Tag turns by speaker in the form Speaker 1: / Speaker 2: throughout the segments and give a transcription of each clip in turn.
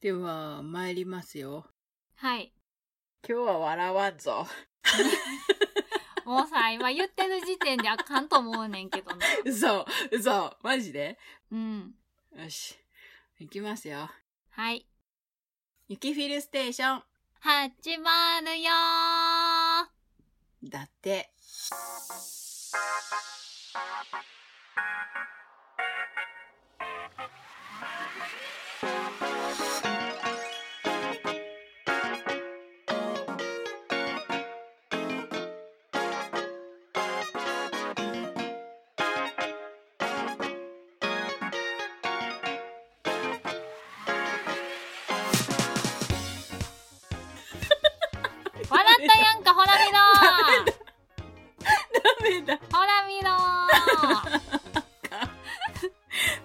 Speaker 1: では、参りますよ。
Speaker 2: はい。
Speaker 1: 今日は笑わん ぞ。
Speaker 2: もうさ、今言ってる時点であかんと思うねんけどな。
Speaker 1: 嘘、嘘、マジで
Speaker 2: うん。
Speaker 1: よし。行きますよ。
Speaker 2: はい。
Speaker 1: 雪フィルステーション。
Speaker 2: 始まるよー
Speaker 1: だって。
Speaker 2: 笑ったやんか、ほら見ろ ー
Speaker 1: ダメだ。
Speaker 2: ほら見ろー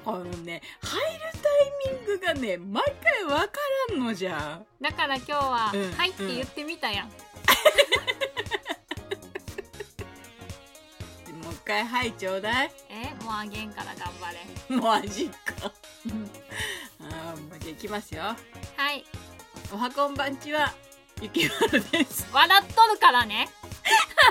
Speaker 1: このね、入るタイミングがね、毎回わからんのじゃん。
Speaker 2: だから今日は、
Speaker 1: うん
Speaker 2: はいって言ってみたやん。
Speaker 1: もう一回、はい、ちょうだい。
Speaker 2: え、もうあげんから頑張れ。
Speaker 1: もう味か。
Speaker 2: うん
Speaker 1: あー、もうじゃあ行きますよ。
Speaker 2: はい。
Speaker 1: おはこんばんちは、ゆきまるです。
Speaker 2: 笑っとるからね。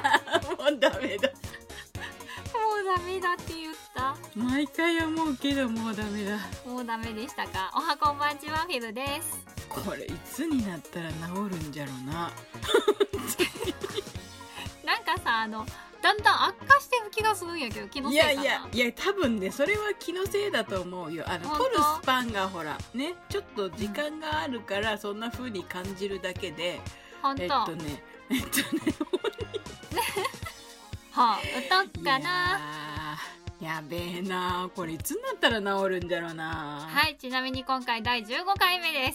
Speaker 1: あ もうダメだ。
Speaker 2: もうダメだって言った。
Speaker 1: 毎回思うけど、もうダメだ。
Speaker 2: もうダメでしたか。おはこんばんちはフィルです。
Speaker 1: これ、いつになったら治るんじゃろうな。
Speaker 2: なんかさ、あの、だんだん悪化してる気がするんやけど、気の
Speaker 1: い
Speaker 2: せい
Speaker 1: や
Speaker 2: かな。
Speaker 1: いやいや多分ねそれは気のせいだと思うよあの
Speaker 2: 本当
Speaker 1: 取るスパンがほらねちょっと時間があるからそんな風に感じるだけで
Speaker 2: ほんと。
Speaker 1: えっとねえっとね
Speaker 2: はあ、歌おっか
Speaker 1: い
Speaker 2: な。
Speaker 1: やーやべえなこれいつになったら治るんだろうな
Speaker 2: はい、ちなみに今回第15回目で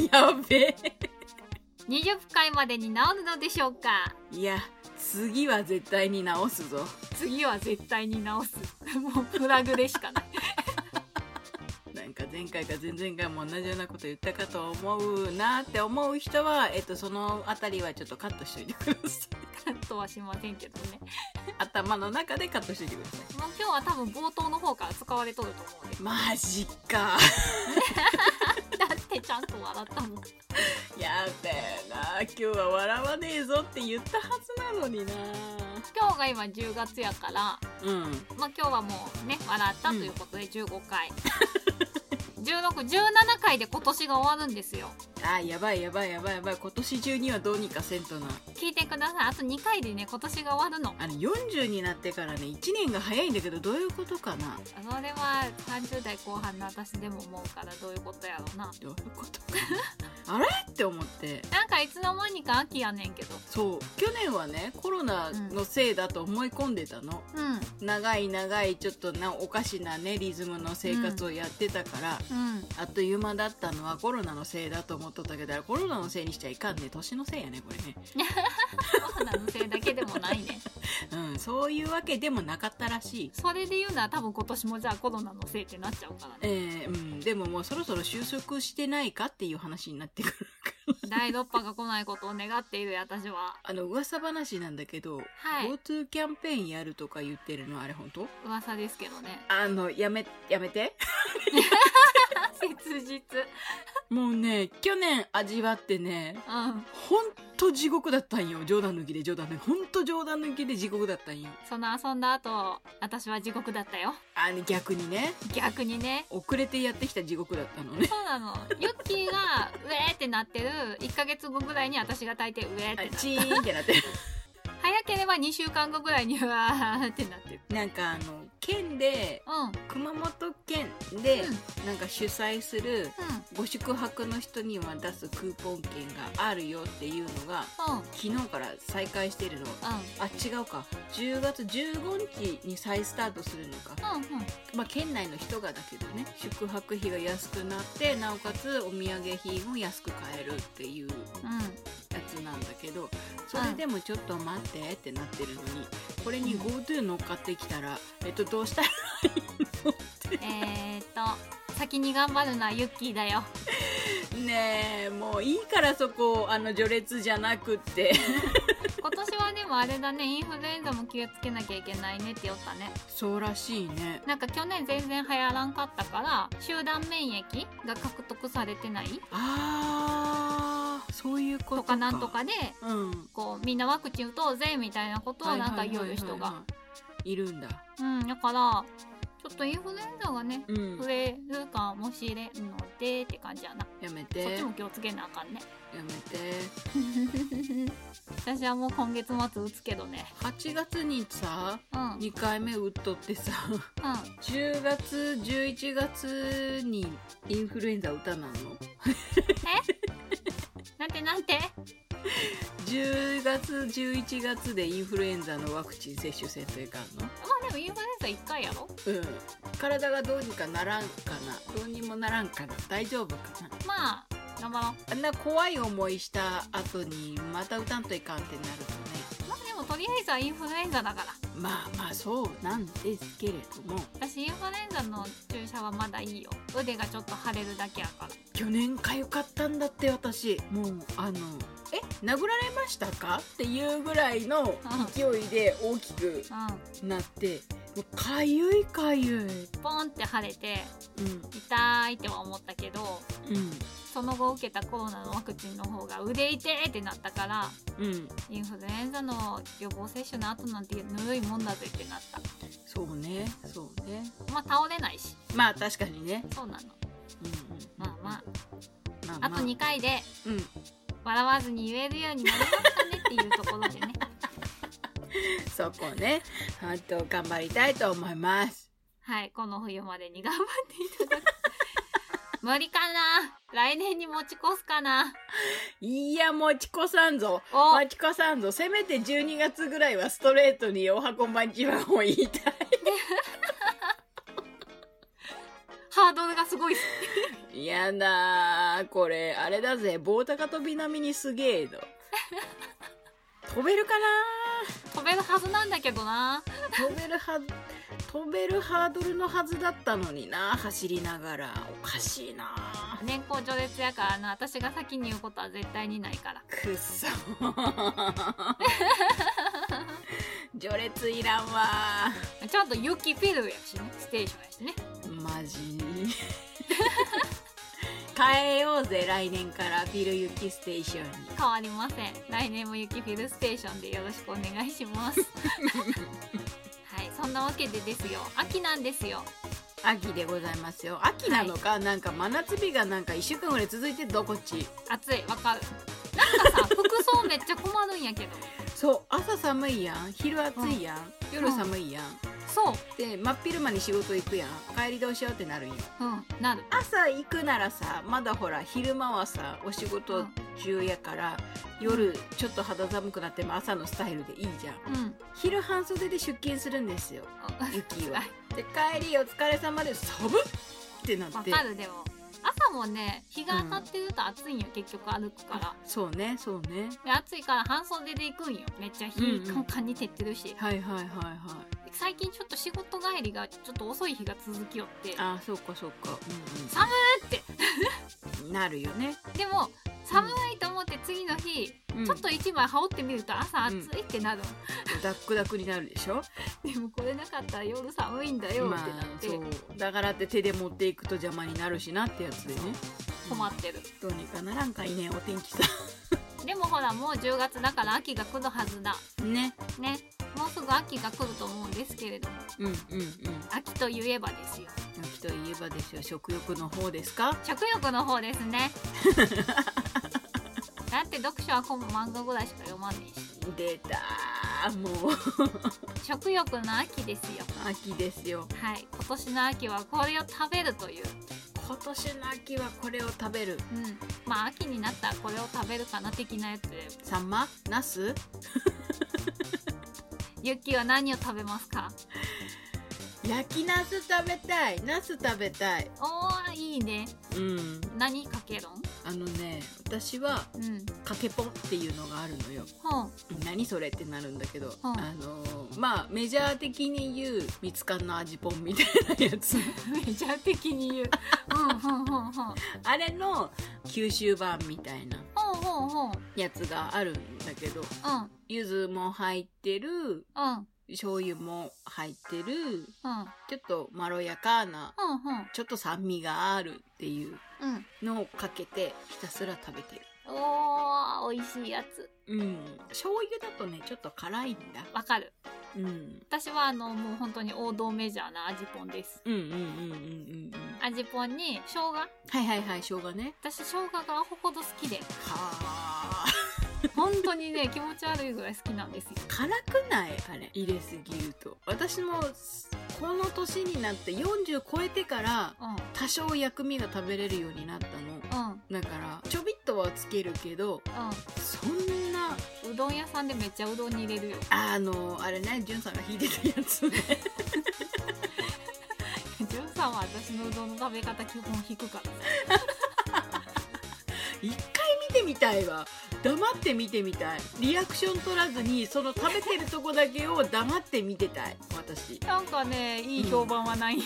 Speaker 1: い やべ
Speaker 2: す。20回までに治るのでしょうか
Speaker 1: えいや次は絶対に治すぞ
Speaker 2: 次は絶対に治す。もうプラグでしかない。
Speaker 1: なんか前回か前々回も同じようなこと言ったかと思うなって思う人は、えっと、その辺りはちょっとカットしといてください
Speaker 2: カットはしませんけどね。
Speaker 1: 頭の中でカットしといてください
Speaker 2: もう今日は多分冒頭の方から使われとると思うね。
Speaker 1: マジか
Speaker 2: だってちゃんと笑ったもん。
Speaker 1: やべえな今日は笑わねえぞって言ったはずなのにな
Speaker 2: 今日が今10月やから、
Speaker 1: うん
Speaker 2: まあ今日はもうね、笑ったということで15回。16、17回で今年が終わるんですよ。
Speaker 1: あやばいやばいやばいやばい今年中にはどうにかせんとな
Speaker 2: 聞いてください。あと2回でね、今年が終わるの。
Speaker 1: あの40になってからね1年が早いんだけどどういうことかな
Speaker 2: それは30代後半の私でも思うからどういうことやろうな
Speaker 1: どういうこと かなあれって思って
Speaker 2: なんかいつの間にか秋やねんけど
Speaker 1: そう去年はねコロナのせいだと思い込んでたの、
Speaker 2: うん
Speaker 1: 長い長いちょっとなおかしなねリズムの生活をやってたから、
Speaker 2: うん
Speaker 1: あっという間だったのはコロナのせいだと思っとったけどあれコロナのせいにしちゃいかんね年のせいやねこれね
Speaker 2: コロナのせいだけでもないね
Speaker 1: うんそういうわけでもなかったらしい
Speaker 2: それで言うなら多分今年もじゃあコロナのせいってなっちゃうから
Speaker 1: え
Speaker 2: ね
Speaker 1: ー、うんでももうそろそろ収束してないかっていう話になってくる から
Speaker 2: 第6波が来ないことを願っている私は
Speaker 1: あの噂話なんだけど、
Speaker 2: はい
Speaker 1: GoTo キャンペーンやるとか言ってるのあれ本当
Speaker 2: 噂ですけどね
Speaker 1: あのやめやめて
Speaker 2: 切実
Speaker 1: もうね去年味わってね
Speaker 2: うん
Speaker 1: ほんと地獄だったんよ冗談抜きで冗談抜きほんと冗談抜きで地獄だったんよ
Speaker 2: その遊んだ後私は地獄だったよ
Speaker 1: あの逆にね
Speaker 2: 逆にね
Speaker 1: 遅れてやってきた地獄だったのね
Speaker 2: そうなのユッキーが「ウェー!」ってなってる1ヶ月後ぐらいに私が大抵「ウェー!」ってなって
Speaker 1: チーンってなってる
Speaker 2: 早ければ2週間後ぐらいにうわー ってなってる
Speaker 1: なんかあの県で
Speaker 2: うんうん
Speaker 1: 熊本県で
Speaker 2: うん
Speaker 1: なんか主催するご宿泊の人には出すクーポン券があるよっていうのが
Speaker 2: うんうん
Speaker 1: 昨日から再開してるのあ違うか10月15日に再スタートするのか、
Speaker 2: うんうん
Speaker 1: まあ、県内の人がだけどね宿泊費が安くなってなおかつお土産品も安く買えるっていうや
Speaker 2: う
Speaker 1: つなんだけどそれでもちょっと待ってってなってるのにこれに GoTo 乗っかってきたらえっとどうしたら
Speaker 2: んえー、っと先に頑張るのはユッキーだよ
Speaker 1: ねえもういいからそこあの序列じゃなくって
Speaker 2: 今年はでもあれだねインフルエンザも気をつけなきゃいけないねって言ったね
Speaker 1: そうらしいね
Speaker 2: なんか去年全然流行らんかったから集団免疫が獲得されてない
Speaker 1: あーそういうこと
Speaker 2: とかなんとかで
Speaker 1: うん
Speaker 2: こうみんなワクチン打とうぜみたいなことをなんか言う人
Speaker 1: はい
Speaker 2: が
Speaker 1: はいはいはいいるんだ
Speaker 2: うんだからちょっとインフルエンザがね
Speaker 1: うん
Speaker 2: 増えるかもしれんのでって感じやな
Speaker 1: やめ
Speaker 2: そってち
Speaker 1: や
Speaker 2: も気をつけなあかんね
Speaker 1: めて
Speaker 2: 私はもう今月末打つけどね
Speaker 1: 8月にさ
Speaker 2: うんうん
Speaker 1: 2回目打っとってさ10月11月にインフルエンザ打たなんの
Speaker 2: なんてなんて
Speaker 1: 10月11月でインフルエンザのワクチン接種せんといかんの
Speaker 2: まあでもインフルエンザ1回やろ
Speaker 1: うん体がどうにかならんかなどうにもならんかな大丈夫かな
Speaker 2: まあ頑張ろう
Speaker 1: あんな怖い思いした後にまた打たんといかんってなると
Speaker 2: まあでもとりあえずはインフルエンザだから
Speaker 1: ねまあまあそうなんですけれども
Speaker 2: 私インフルエンザの注射はまだいいよ腕がちょっと腫れるだけやから
Speaker 1: 去年かゆかったんだって私もうあの「え殴られましたか?」っていうぐらいの勢いで大きく
Speaker 2: う
Speaker 1: なってもうかゆいかゆい
Speaker 2: んポンって腫れて
Speaker 1: うん
Speaker 2: 痛いっては思ったけど
Speaker 1: うん
Speaker 2: その後受けたコロナのワクチンの方が腕痛えってなったから
Speaker 1: うん
Speaker 2: インフルエンザの予防接種の後なんてぬるいもんだぜってなった
Speaker 1: そうねそうね
Speaker 2: まあ倒れないし
Speaker 1: まあ確かにね
Speaker 2: そうなの
Speaker 1: うんうん
Speaker 2: まあま
Speaker 1: まあ
Speaker 2: ああと2回で
Speaker 1: うん
Speaker 2: 笑わずに言えるようになりましたねっていうところでね
Speaker 1: そこね本当頑張りたいと思います
Speaker 2: はいこの冬までに頑張っていただく無理かな来年に持ち越すかない
Speaker 1: やもちこさんぞ
Speaker 2: お
Speaker 1: もちこさんぞせめて12月ぐらいはストレートに「おはこんばんちは」を言いたい
Speaker 2: ハードルがすごいっす
Speaker 1: やだーこれあれだぜ棒高跳び並みにすげえの 飛べるか
Speaker 2: 飛べるはずなんだけどな
Speaker 1: なー飛べるは飛べるハードルのはずだったのにな走りながらおかしいな
Speaker 2: 年功序列やからな私が先に言うことは絶対にないから
Speaker 1: ーくっそー序列いらんわ
Speaker 2: ちゃんと雪フィルやしねステーションやしね
Speaker 1: ーマジ変えようぜ来年からビル雪ステーションに
Speaker 2: 変わりません来年も雪フィルステーションでよろしくお願いします はいそんなわけでですよ秋なんですよ
Speaker 1: 秋でございますよ秋なのか、なんか真夏日がなんか1週間ぐらい続いてるどこっち
Speaker 2: 暑いわかるな んかさ服装めっちゃ困るんやけど
Speaker 1: そう朝寒いやん昼暑いやん、夜寒いやん、
Speaker 2: そう
Speaker 1: で真っ昼間に仕事行くやん帰りどうしようってなるんよ
Speaker 2: うんなる
Speaker 1: 朝行くならさまだほら昼間はさお仕事中やから、夜ちょっと肌寒くなっても朝のスタイ ルでいいじゃん
Speaker 2: うん
Speaker 1: 昼半袖で出勤するんですよ
Speaker 2: あ
Speaker 1: 雪 はで帰りお疲れ様です寒っってな
Speaker 2: わ
Speaker 1: って
Speaker 2: かるでも朝もね日が当たってると暑いんよ、結局歩くから
Speaker 1: そうねそうね
Speaker 2: で暑いから半袖で行くんよめっちゃ日
Speaker 1: うんうん
Speaker 2: カンカンに照ってるし、
Speaker 1: はいはいはいはい
Speaker 2: 最近ちょっと仕事帰りがちょっと遅い日が続きよって
Speaker 1: あーそうかそうか、うんうん、
Speaker 2: 寒
Speaker 1: っ
Speaker 2: って
Speaker 1: なるよね、
Speaker 2: でも寒いと思って次の日、
Speaker 1: うん
Speaker 2: ちょっと一枚羽織ってみると朝暑いってなる、
Speaker 1: ダックダックになるでしょ
Speaker 2: でもこれなかったら夜寒いんだよって
Speaker 1: ま
Speaker 2: なっ
Speaker 1: あ
Speaker 2: て
Speaker 1: そうだからって手で持っていくと邪魔になるしなってやつでね
Speaker 2: 困ってる、
Speaker 1: どうにかならんかいねお天気さ
Speaker 2: でもほらもう10月だから秋が来るはずだ
Speaker 1: ね
Speaker 2: ねもうすぐ秋が来ると思うんですけれども
Speaker 1: うんうんうん
Speaker 2: 秋といえばですよ
Speaker 1: 秋といえばですよ食欲の方ですか
Speaker 2: 食欲の方ですねだって読書は本も漫画ぐらいしか読まねえし
Speaker 1: 出たーもう
Speaker 2: 食欲の秋ですよ
Speaker 1: 秋ですよ
Speaker 2: はい今年の秋はこれを食べるという
Speaker 1: 今年の秋はこれを食べる
Speaker 2: うん、まあ秋になったらこれを食べるかな的なやつで
Speaker 1: サンマナス
Speaker 2: ユッキーは何を食べますか
Speaker 1: 焼きナス食べたいナス食べたい
Speaker 2: おーいいね
Speaker 1: うん
Speaker 2: 何かけろん
Speaker 1: あのね私は
Speaker 2: うん
Speaker 1: かけポンっていうのがあるのよ
Speaker 2: ほう
Speaker 1: 何それってなるんだけど、
Speaker 2: うん
Speaker 1: あのーまあメジャー的に言うミツカンの味ポンみたいなやつ
Speaker 2: メジャー的に言ううんほうほうほう
Speaker 1: あれの九州版みたいな
Speaker 2: ほうほうほう。うん。
Speaker 1: やつがあるんだけど、柚子も入ってる、
Speaker 2: うん。うん。
Speaker 1: 醤油も入ってる、
Speaker 2: うん。
Speaker 1: ちょっとまろやかな、
Speaker 2: うん。
Speaker 1: ちょっと酸味があるっていう
Speaker 2: うん。
Speaker 1: のをかけて、ひたすら食べてる。
Speaker 2: おー、美味しいやつ。
Speaker 1: うん。醤油だとね、ちょっと辛いんだ。
Speaker 2: わかる。
Speaker 1: うん。
Speaker 2: 私はあの、もう本当に王道メジャーな味ぽんです。
Speaker 1: うんうんうんうんうんうん。
Speaker 2: 味ぽんに生姜
Speaker 1: はいはいはい、生姜ね。
Speaker 2: 私生姜がアホほど好きで、
Speaker 1: はあ。
Speaker 2: 本当にね、気持ち悪いぐらい好きなんですよ。
Speaker 1: 辛くないあれ。入れすぎると。私も、この年になって40超えてから、
Speaker 2: うん。
Speaker 1: 多少薬味が食べれるようになったの。
Speaker 2: う
Speaker 1: だ
Speaker 2: ん。
Speaker 1: から、ちょびっとはつけるけど、
Speaker 2: う
Speaker 1: そんな、
Speaker 2: ん。うどん屋さんでめっちゃうどんに入れるよ。
Speaker 1: あの、あれね、じゅんさんが引いてたやつね。
Speaker 2: ジュンさんは私のうどんの食べ方基本引くから。
Speaker 1: 一回見てみたいわ。黙って見てみたい。リアクション取らずに、その食べてるとこだけを黙って見てたい。私。
Speaker 2: なんかね、いい評判はない。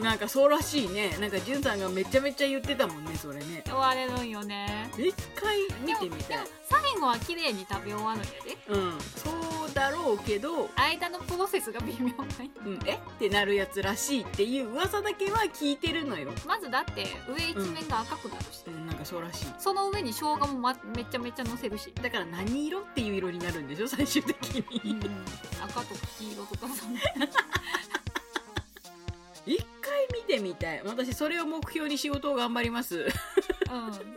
Speaker 1: なんかそうらしいね。なんかじゅんさんがめちゃめちゃ言ってたもんね、それね。
Speaker 2: 終われるんよね。
Speaker 1: 一回見てみたい
Speaker 2: でも。最後は綺麗に食べ終わるんやで。
Speaker 1: うん、そうだろうけど、
Speaker 2: 間のプロセスが微妙ない。
Speaker 1: うん、えってなるやつらしいっていう噂だけは聞いてるのよ。
Speaker 2: まずだって上一面が赤くなるし、
Speaker 1: うん、なんかそうらしい。
Speaker 2: その上に生姜も、ま、めちゃめちゃ乗せるし。
Speaker 1: だから何色っていう色になるんでしょ最終的に。
Speaker 2: 赤とか黄色とかそんな。
Speaker 1: 一回見てみたい。私それを目標に仕事を頑張ります。
Speaker 2: うん。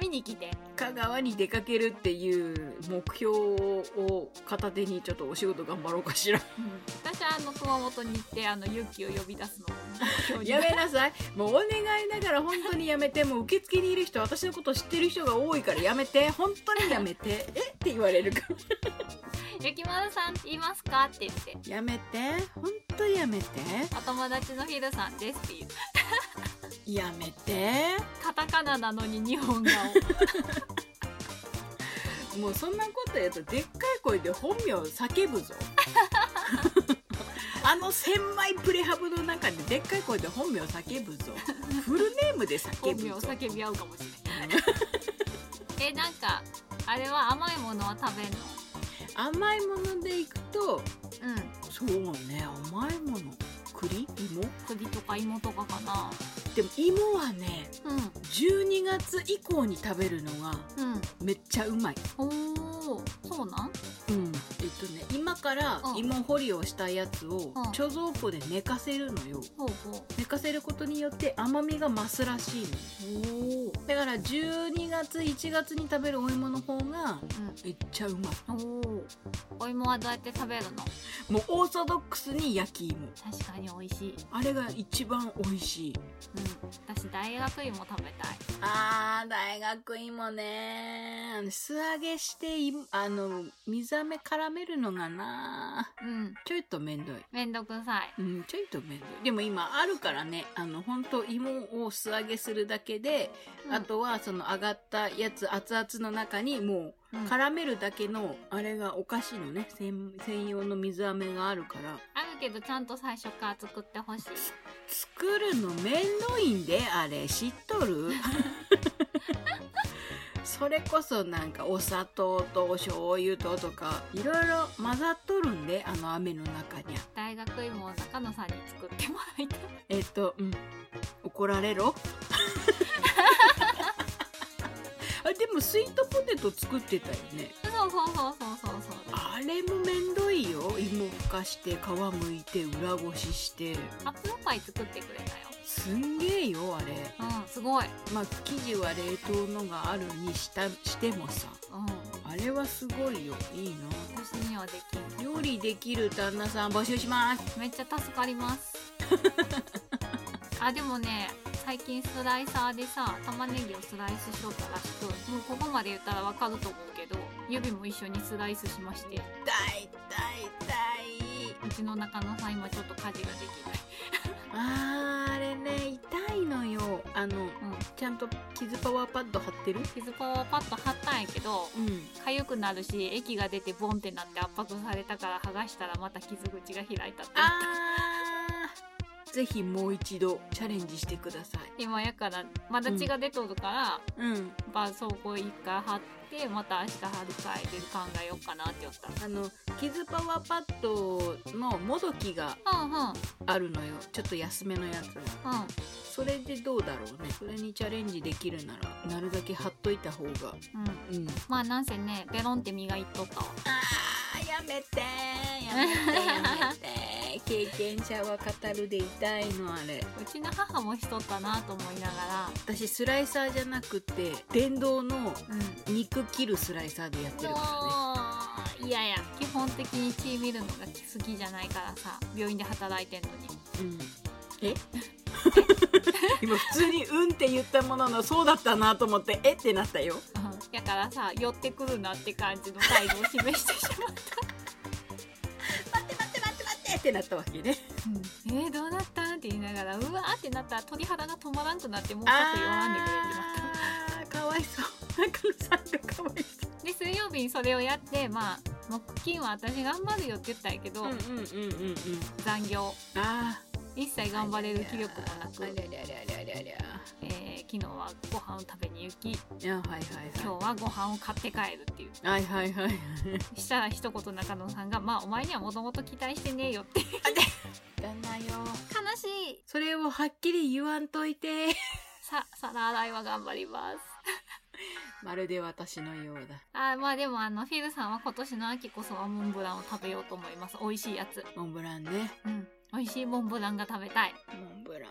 Speaker 2: 見に来て。
Speaker 1: 香川に出かけるっていう目標を片手にちょっとお仕事頑張ろうかし ら。
Speaker 2: うん私はあの熊本に行ってあの勇気を呼び出すのを 目標に
Speaker 1: やめなさい。もうお願いだから本当にやめて。もう受付にいる人、私のこと知ってる人が多いからやめて。本当にやめて。えって言われるから。
Speaker 2: ゆきまるさんいますかって言って
Speaker 1: やめて本当やめて
Speaker 2: お友達のヒルさんですっていう
Speaker 1: やめて
Speaker 2: カタカナなのに日本顔
Speaker 1: もうそんなことやるとでっかい声で本名叫 ぶぞあの千枚プレハブの中ででっかい声で本名叫ぶぞフルネームで叫
Speaker 2: 本
Speaker 1: ぶ
Speaker 2: 名を
Speaker 1: ぞ
Speaker 2: 叫び合うかもしれないえなんかあれは甘いものは食べんの
Speaker 1: 甘いものでいくと
Speaker 2: うん
Speaker 1: そうね甘いもの栗芋
Speaker 2: 栗とか芋とかかな
Speaker 1: でも芋はね
Speaker 2: う
Speaker 1: 12月以降に食べるのが
Speaker 2: んうん
Speaker 1: めっちゃうまい
Speaker 2: おおそうなん
Speaker 1: うん、えっとね今から
Speaker 2: うん
Speaker 1: 芋掘りをしたやつを
Speaker 2: うん
Speaker 1: 貯蔵庫で寝かせるのよ
Speaker 2: ほうほ
Speaker 1: 寝かせることによって甘みが増すらしいの
Speaker 2: うおお
Speaker 1: だから12月1月に食べるお芋の方がめっちゃうまい
Speaker 2: うんおおお芋はどうやって食べるの
Speaker 1: もうオーソドックスに焼き芋
Speaker 2: 確かに美味しい
Speaker 1: あれが一番美味しい
Speaker 2: うん私大学芋食べたい
Speaker 1: あー大学芋ねあの素揚げしていあの水飴絡めるのがな
Speaker 2: うん
Speaker 1: ちょいとめんどい
Speaker 2: めんどくさい
Speaker 1: うん、ちょいと面倒いでも今あるからねあの本当芋を素揚げするだけで、
Speaker 2: うん
Speaker 1: あとはその揚がったやつ熱々の中にも
Speaker 2: うん
Speaker 1: う絡めるだけのあれがお菓子のね専専用の水飴があるから
Speaker 2: あるけどちゃんと最初から作ってほしい
Speaker 1: 作るの面倒いんであれ知っとるそれこそなんかお砂糖とお醤油ととかいろいろ混ざっとるんであの雨の中にゃ
Speaker 2: 大学芋を中野さんに作ってもらいたい
Speaker 1: えっと、うん、怒られろ。あでもスイートポテト作ってたよね
Speaker 2: そうそうそうそうそうそう
Speaker 1: あれもめんどいよ芋ふかして皮むいて裏ごしして
Speaker 2: アップルパイ作ってくれたよ
Speaker 1: すんげえよあれ
Speaker 2: うんすごい
Speaker 1: まあ生地は冷凍のがあるにしたしてもさ
Speaker 2: うん
Speaker 1: あれはすごいよいいな
Speaker 2: 私にはできん
Speaker 1: 料理できる旦那さん募集します
Speaker 2: めっちゃ助かりますあでもね最近スライサーでさ玉ねぎをスライスしとったらしくもうここまで言ったらわかると思うけど指も一緒にスライスしましてう
Speaker 1: だいたいたい
Speaker 2: ちの中野さん今ちょっと家事ができ
Speaker 1: あーあれね痛いのよあの
Speaker 2: ない、うん、
Speaker 1: ちゃんと傷パワーパッド貼ってる
Speaker 2: 傷パワーパッと貼ったんやけど
Speaker 1: うん。
Speaker 2: 痒くなるし液が出てボンってなって圧迫されたから剥がしたらまた傷口が開いたって言った
Speaker 1: あー。ぜひもう一度チャレンジしてください
Speaker 2: 今やからまだ血が出とるから、
Speaker 1: うん
Speaker 2: ばん、そこ一回貼ってまた明日貼り替えて考えようかなって思った
Speaker 1: あのキズパワーパッドのもどきが
Speaker 2: うんうん
Speaker 1: あるのよちょっと安めのやつ
Speaker 2: うん
Speaker 1: それでどうだろうねそれにチャレンジできるならなるだけ貼っといた方が
Speaker 2: うん
Speaker 1: うん
Speaker 2: まあなんせねベロンって磨いとったわ
Speaker 1: あーやめてやめて 経験者は語るで痛いのあれ
Speaker 2: うちの母もしとったなと思いなが
Speaker 1: 私スライサーじゃなくて電動の
Speaker 2: らうん
Speaker 1: 肉切るスライサーでやってるか
Speaker 2: もういやいや基本的に血見るのが好きじゃないからさ病院で働いてんのに
Speaker 1: らね、うん、え 今普通に「うん」って言ったもののそうだったなと思って「えっ?」てなったよ
Speaker 2: だからさ寄ってくるなって感じの態度を示してしまっ
Speaker 1: 待って待って待って待ってってなったわけね
Speaker 2: た、えー、どうなったんって言いながらうわーってなったら鳥肌が止まらんくなってもうちょっ
Speaker 1: あ
Speaker 2: と寄らんでくれってなった
Speaker 1: あーかわいそう中野さんがかわいそう
Speaker 2: で水曜日にそれをやってまあ木金は私頑張るよって言ったんやけど、
Speaker 1: うんうんうんうんうん
Speaker 2: 残業
Speaker 1: あ
Speaker 2: 一切
Speaker 1: あ
Speaker 2: 頑張れる気力もなく
Speaker 1: あ、りゃりゃりゃりゃりゃりゃ
Speaker 2: えー昨日はご飯を食べに行き
Speaker 1: いやはいはい
Speaker 2: 今日はご飯を買って帰るっていう
Speaker 1: はいはいはいはい
Speaker 2: したら一言中野さんが「まあお前にはもともと期待してねえよ」って
Speaker 1: やんないよ
Speaker 2: 悲しい
Speaker 1: それをはっきり言わんといて
Speaker 2: さ皿洗いは頑張り ます
Speaker 1: まるで私のようだ
Speaker 2: あーまあでもあのフィルさんは今年の秋こそはモンブランを食べようと思います美味しいやつ
Speaker 1: モンブランね
Speaker 2: うん美味しいモンブランが食べたい
Speaker 1: モンブラン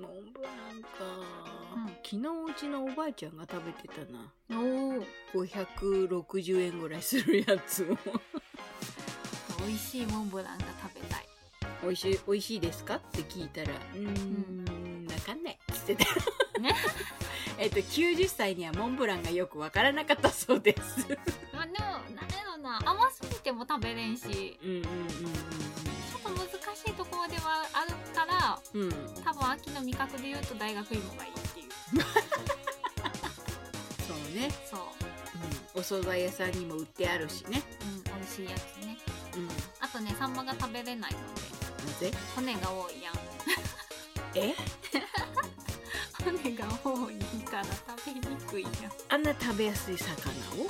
Speaker 1: モンブランか、
Speaker 2: うん
Speaker 1: 昨日うちのおばあちゃんが食べてたな
Speaker 2: おー
Speaker 1: 560円ぐらいするやつを
Speaker 2: 美味しいモンブランが食べたい
Speaker 1: 美味しい美味しいですかって聞いたら「うーんわかんない」っつってた、
Speaker 2: ね
Speaker 1: えっと90歳にはモンブランがよくわからなかったそうです
Speaker 2: まあでもなんやろな甘すぎても食べれんし
Speaker 1: うんうん
Speaker 2: ちょっと難しいところではあるから
Speaker 1: うんうんうん
Speaker 2: 多分秋の味覚で言うと大学芋がいいっていう
Speaker 1: そうね、
Speaker 2: そう、
Speaker 1: うん、お惣菜屋さんにも売ってあるしね
Speaker 2: うん、美味しいやつね
Speaker 1: うんな
Speaker 2: あとねサンマが食べれないので
Speaker 1: ぜ
Speaker 2: 骨が多いやん
Speaker 1: え
Speaker 2: 骨が多いから食べにくいやん食
Speaker 1: あんな食べやすい魚を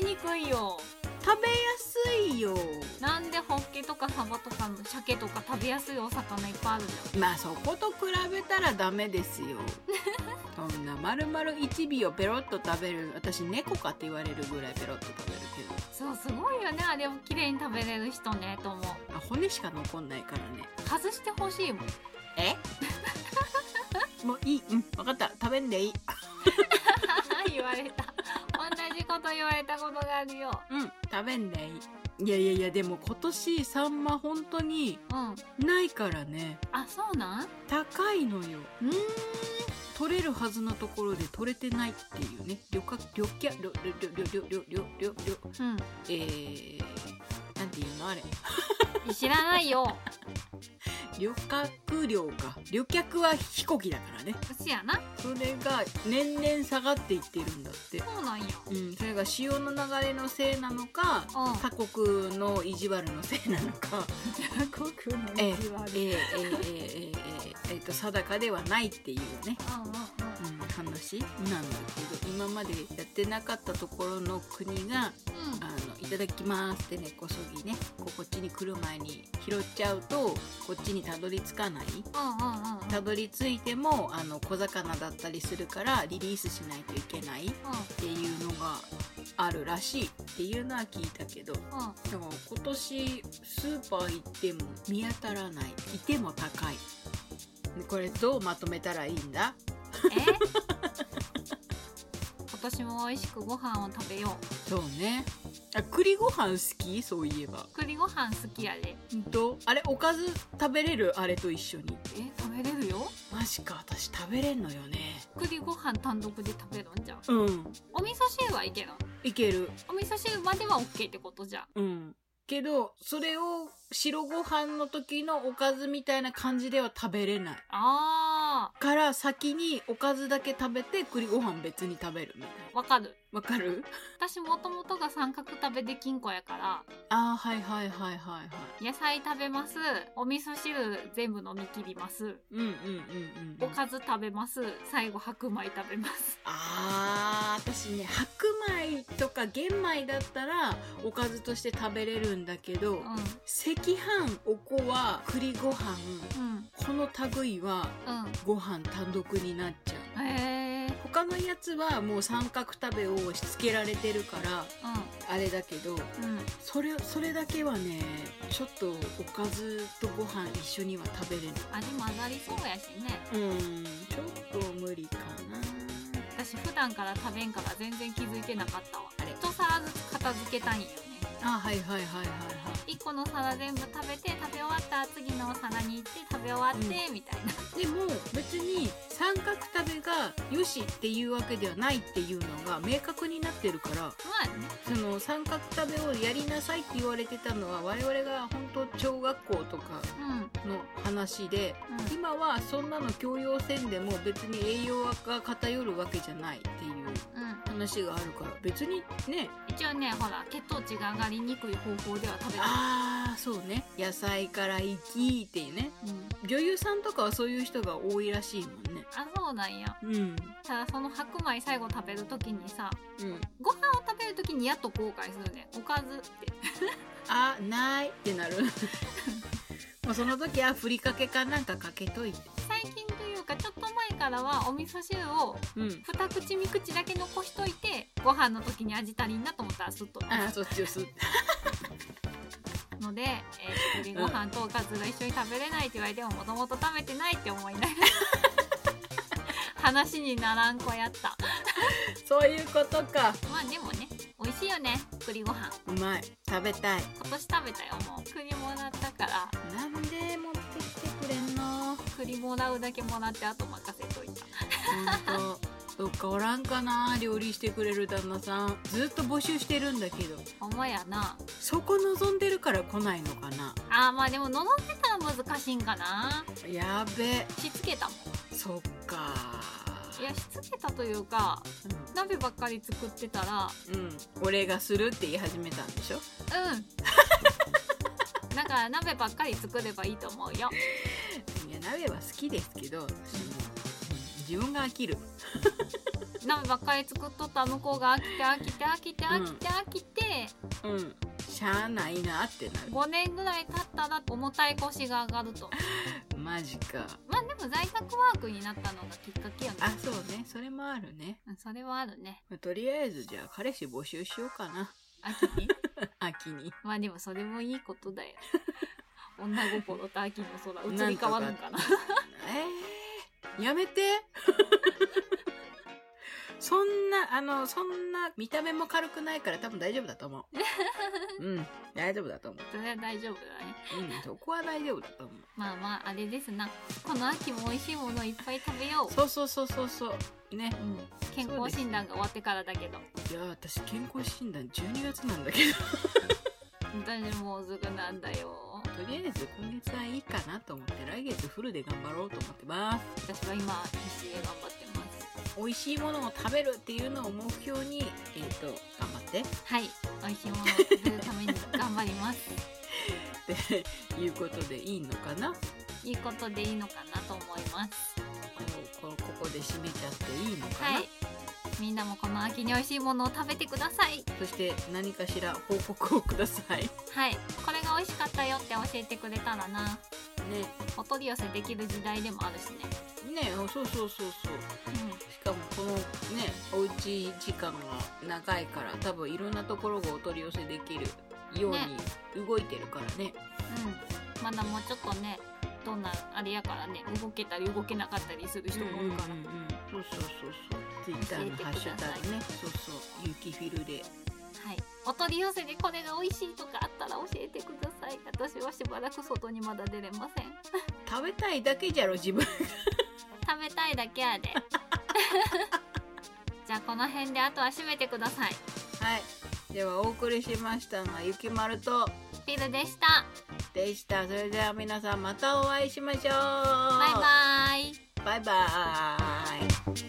Speaker 2: べにくいよ
Speaker 1: 食べやすいよ
Speaker 2: なんでホッケとかサバとかの鮭とか食べやすいお魚いっぱいあるじ
Speaker 1: まあそこと比べたらダメ ですよそんな丸々1尾をペロッと食べる私猫かって言われるぐらいペロッと食べるけど
Speaker 2: ゃんそうすごいよねあれを綺麗に食べれる人ねと思う
Speaker 1: あ骨しか残んないからね
Speaker 2: 外してほしいもん
Speaker 1: え もういいうん分かった食べんでいい
Speaker 2: 言われた 同じこと言われたことがあるよ
Speaker 1: うん食べんでいいいやいやいやでも今年サンマ本当に
Speaker 2: うん
Speaker 1: ないからね
Speaker 2: あそうなん
Speaker 1: 高いのよ
Speaker 2: うん
Speaker 1: 取れるはずのところで取れてないっていうね旅客旅客旅旅旅旅旅旅旅
Speaker 2: う
Speaker 1: えー、なんていうのあれ
Speaker 2: ん知らないよ
Speaker 1: 旅客料か旅客は飛行機だからね
Speaker 2: そやな
Speaker 1: それが年々下がっていってるんだって
Speaker 2: そうなんよ
Speaker 1: うん、それが潮の流れのせいなのか
Speaker 2: うん
Speaker 1: 他国の意地悪のせいなのか、
Speaker 2: 国の
Speaker 1: えええ えええええ ええと定かではないっていうね、
Speaker 2: うんうんうん
Speaker 1: うん、話なんだけど今までやってなかったところの国が「あのいただきます」って根こそぎねこうこっちに来る前に拾っちゃうとこっちにたどり着かない
Speaker 2: うんうんうんうん
Speaker 1: たどり着いてもあの小魚だったりするからリリースしないといけないっていうのがあるらしいっていうのは聞いたけど
Speaker 2: うんうん
Speaker 1: でも今年スーパー行っても見当たらないいても高いこれどうまとめたらいいんだ
Speaker 2: え今年も美味しくご飯を食べよ
Speaker 1: そうねあ栗ご飯好きそういえば
Speaker 2: う栗ご飯好きやで
Speaker 1: ほんとあれおかず食べれるあれと一緒に
Speaker 2: え食べれるよ
Speaker 1: マジか私食べれんのよね
Speaker 2: 栗ご飯単独で食べるんじゃん
Speaker 1: うん
Speaker 2: お味噌汁はいける
Speaker 1: いける
Speaker 2: お味噌汁までは OK ってことじゃん
Speaker 1: うんけどそれを白ご飯の時のおかずみたいな感じでは食べれない
Speaker 2: あ
Speaker 1: から先におかずだけ食べて栗ご飯別に食べるみたい
Speaker 2: ーわかる
Speaker 1: なわかる
Speaker 2: 私もともとが三角食べできんこやから
Speaker 1: ああはいはいはいはいはい
Speaker 2: 野菜食べますお味噌汁全部飲み切ります
Speaker 1: うんうんうんうんうん
Speaker 2: おかず食べます最後白米食べます
Speaker 1: あー私ね白米とか玄米だったらおかずとして食べれるんだけど、
Speaker 2: うん
Speaker 1: 赤飯おこわ栗ご飯
Speaker 2: うん
Speaker 1: この類はご飯単独になっちゃう
Speaker 2: うんへえ
Speaker 1: 他のやつはもう三角食べを押し付けられてるからあれだけど
Speaker 2: うんうん
Speaker 1: それそれだけはねちょっとおかずとご飯一緒には食べれない
Speaker 2: 味混ざりそうやしね
Speaker 1: うんちょっと無理かな
Speaker 2: 私普段から食べんから全然気づいてなかったわ
Speaker 1: あれ
Speaker 2: 一皿ずつ片付けたいんよね
Speaker 1: あはいはいはいはいはい
Speaker 2: 一個の皿全部食べて食べ終わった次のお皿に行って食べ終わって、みたいな
Speaker 1: でも別に三角食べがよしっていうわけではないっていうのが明確になってるから
Speaker 2: まあね
Speaker 1: その三角食べをやりなさいって言われてたのは我々が本当小学校とかの話で
Speaker 2: うんうん
Speaker 1: 今はそんなの強要せんでも別に栄養が偏るわけじゃないっていう
Speaker 2: うん
Speaker 1: 話があるから別にね
Speaker 2: 一応ねほら血糖値が上がりにくい方法では食べた
Speaker 1: ああそうね野菜から生きっていうね
Speaker 2: い、うん、
Speaker 1: 女優さんとかはそういう人が多いらしいもんね
Speaker 2: あそうなんや
Speaker 1: うん
Speaker 2: ただその白米最後食べる時にさ
Speaker 1: うん
Speaker 2: ご飯を食べる時にやっと後悔するねおかずって
Speaker 1: あないってなる もうその時はふりかけかなんかかけといて
Speaker 2: 最近というかちょっと前からはお味噌汁を
Speaker 1: うん
Speaker 2: 二口三口だけ残しといてご飯の時に味足りんなと思ったらすっと
Speaker 1: あそっちをす
Speaker 2: ので、えー、ご飯とおかずが一緒に食べれないって言われてももともと食べてないって思いながら話にならん子やった
Speaker 1: そういうことか
Speaker 2: まあでもね美味しいよね栗ご飯
Speaker 1: うまい食べたい
Speaker 2: 今年食べたよもう栗もらったから
Speaker 1: なんで持ってきてくれんの
Speaker 2: 栗もらうだけもらってあと任せといた
Speaker 1: ほんとどっかおらんかな料理してくれる旦那さんずっと募集してるんだけど
Speaker 2: ほんまやな
Speaker 1: そこ望んでるから来ないのかな
Speaker 2: あーまあでも望んでたら難しいんかな
Speaker 1: やべ
Speaker 2: しつけたもん
Speaker 1: そっか
Speaker 2: いやしつけたというか鍋ばっかり作ってたら
Speaker 1: うん、うん、俺がするって言い始めたんでしょ
Speaker 2: うん だから鍋ばっかり作ればいいと思うよ
Speaker 1: いや鍋は好きですけど私も自分が飽きる
Speaker 2: 鍋ばっかり作っとった向こうが飽きて飽きて飽きて飽きて飽きて、
Speaker 1: うんしゃあないなってな
Speaker 2: 5年ぐらい経ったら重たい腰が上がると
Speaker 1: るマジか
Speaker 2: まあでも在宅ワークになったのがきっかけよね
Speaker 1: あそうねそれもあるね
Speaker 2: うんそれはあるね
Speaker 1: まあとりあえずじゃあ彼氏募集しようかな
Speaker 2: 秋 に
Speaker 1: 秋に
Speaker 2: まあでもそれもいいことだよ女心と秋の空移り変わるんかな
Speaker 1: えー、やめて そんなあのそんな見た目も軽くないから多分大丈夫だと思 ううん大丈夫だと思う
Speaker 2: それは大丈夫だね
Speaker 1: うんそこは大丈夫だと思う
Speaker 2: まあまああれですなこの秋も美味しいものをいっぱい食べよう
Speaker 1: そうそうそうそうそうね
Speaker 2: うん、健康診断が終わってからだけど
Speaker 1: いやー私健康診断12月なんだけど
Speaker 2: 私もうすぐなんだよ
Speaker 1: とりあえず今月はいいかなと思って来月フルで頑張ろうと思ってます
Speaker 2: 私は今必死で頑張ってます
Speaker 1: 美味しいものを食べるっていうのを目標にえっ、と頑張って
Speaker 2: はい美味しいものを食べるために頑張ります
Speaker 1: っていうことでいいのかなこ
Speaker 2: いいことでいいのかなと思います
Speaker 1: のこここで締めちゃっていいのかな、
Speaker 2: はいみんなもこの秋に美味しいものを食べてください
Speaker 1: そして何かしら報告をくださいね
Speaker 2: はいこれが美味しかったよって教えてくれたらなお取り寄せできる時代でもあるしね
Speaker 1: ねあそうそうそうそうしかもこのねおうち時間が長いから多分いろんなところがお取り寄せできるように動いてるからね
Speaker 2: うんうんまだもうちょっとねどんなあれやからね動けたり動けなかったりする人もいるから、
Speaker 1: うんうんうんそうそうそうそうツイッターのハッシュタグねそうそう有機フィルで
Speaker 2: はい、お取り寄せでこれが美味しいとかあったら教えてください私はしばらく外にまだ出れません
Speaker 1: 食べたいだけじゃろ自分
Speaker 2: 食べたいだけ やでじゃあこの辺であとは閉めてください
Speaker 1: はいではお送りしましたのはゆきまると
Speaker 2: ピルでした
Speaker 1: でしたそれでは皆さんまたお会いしましょう
Speaker 2: バイバイ
Speaker 1: バイバイ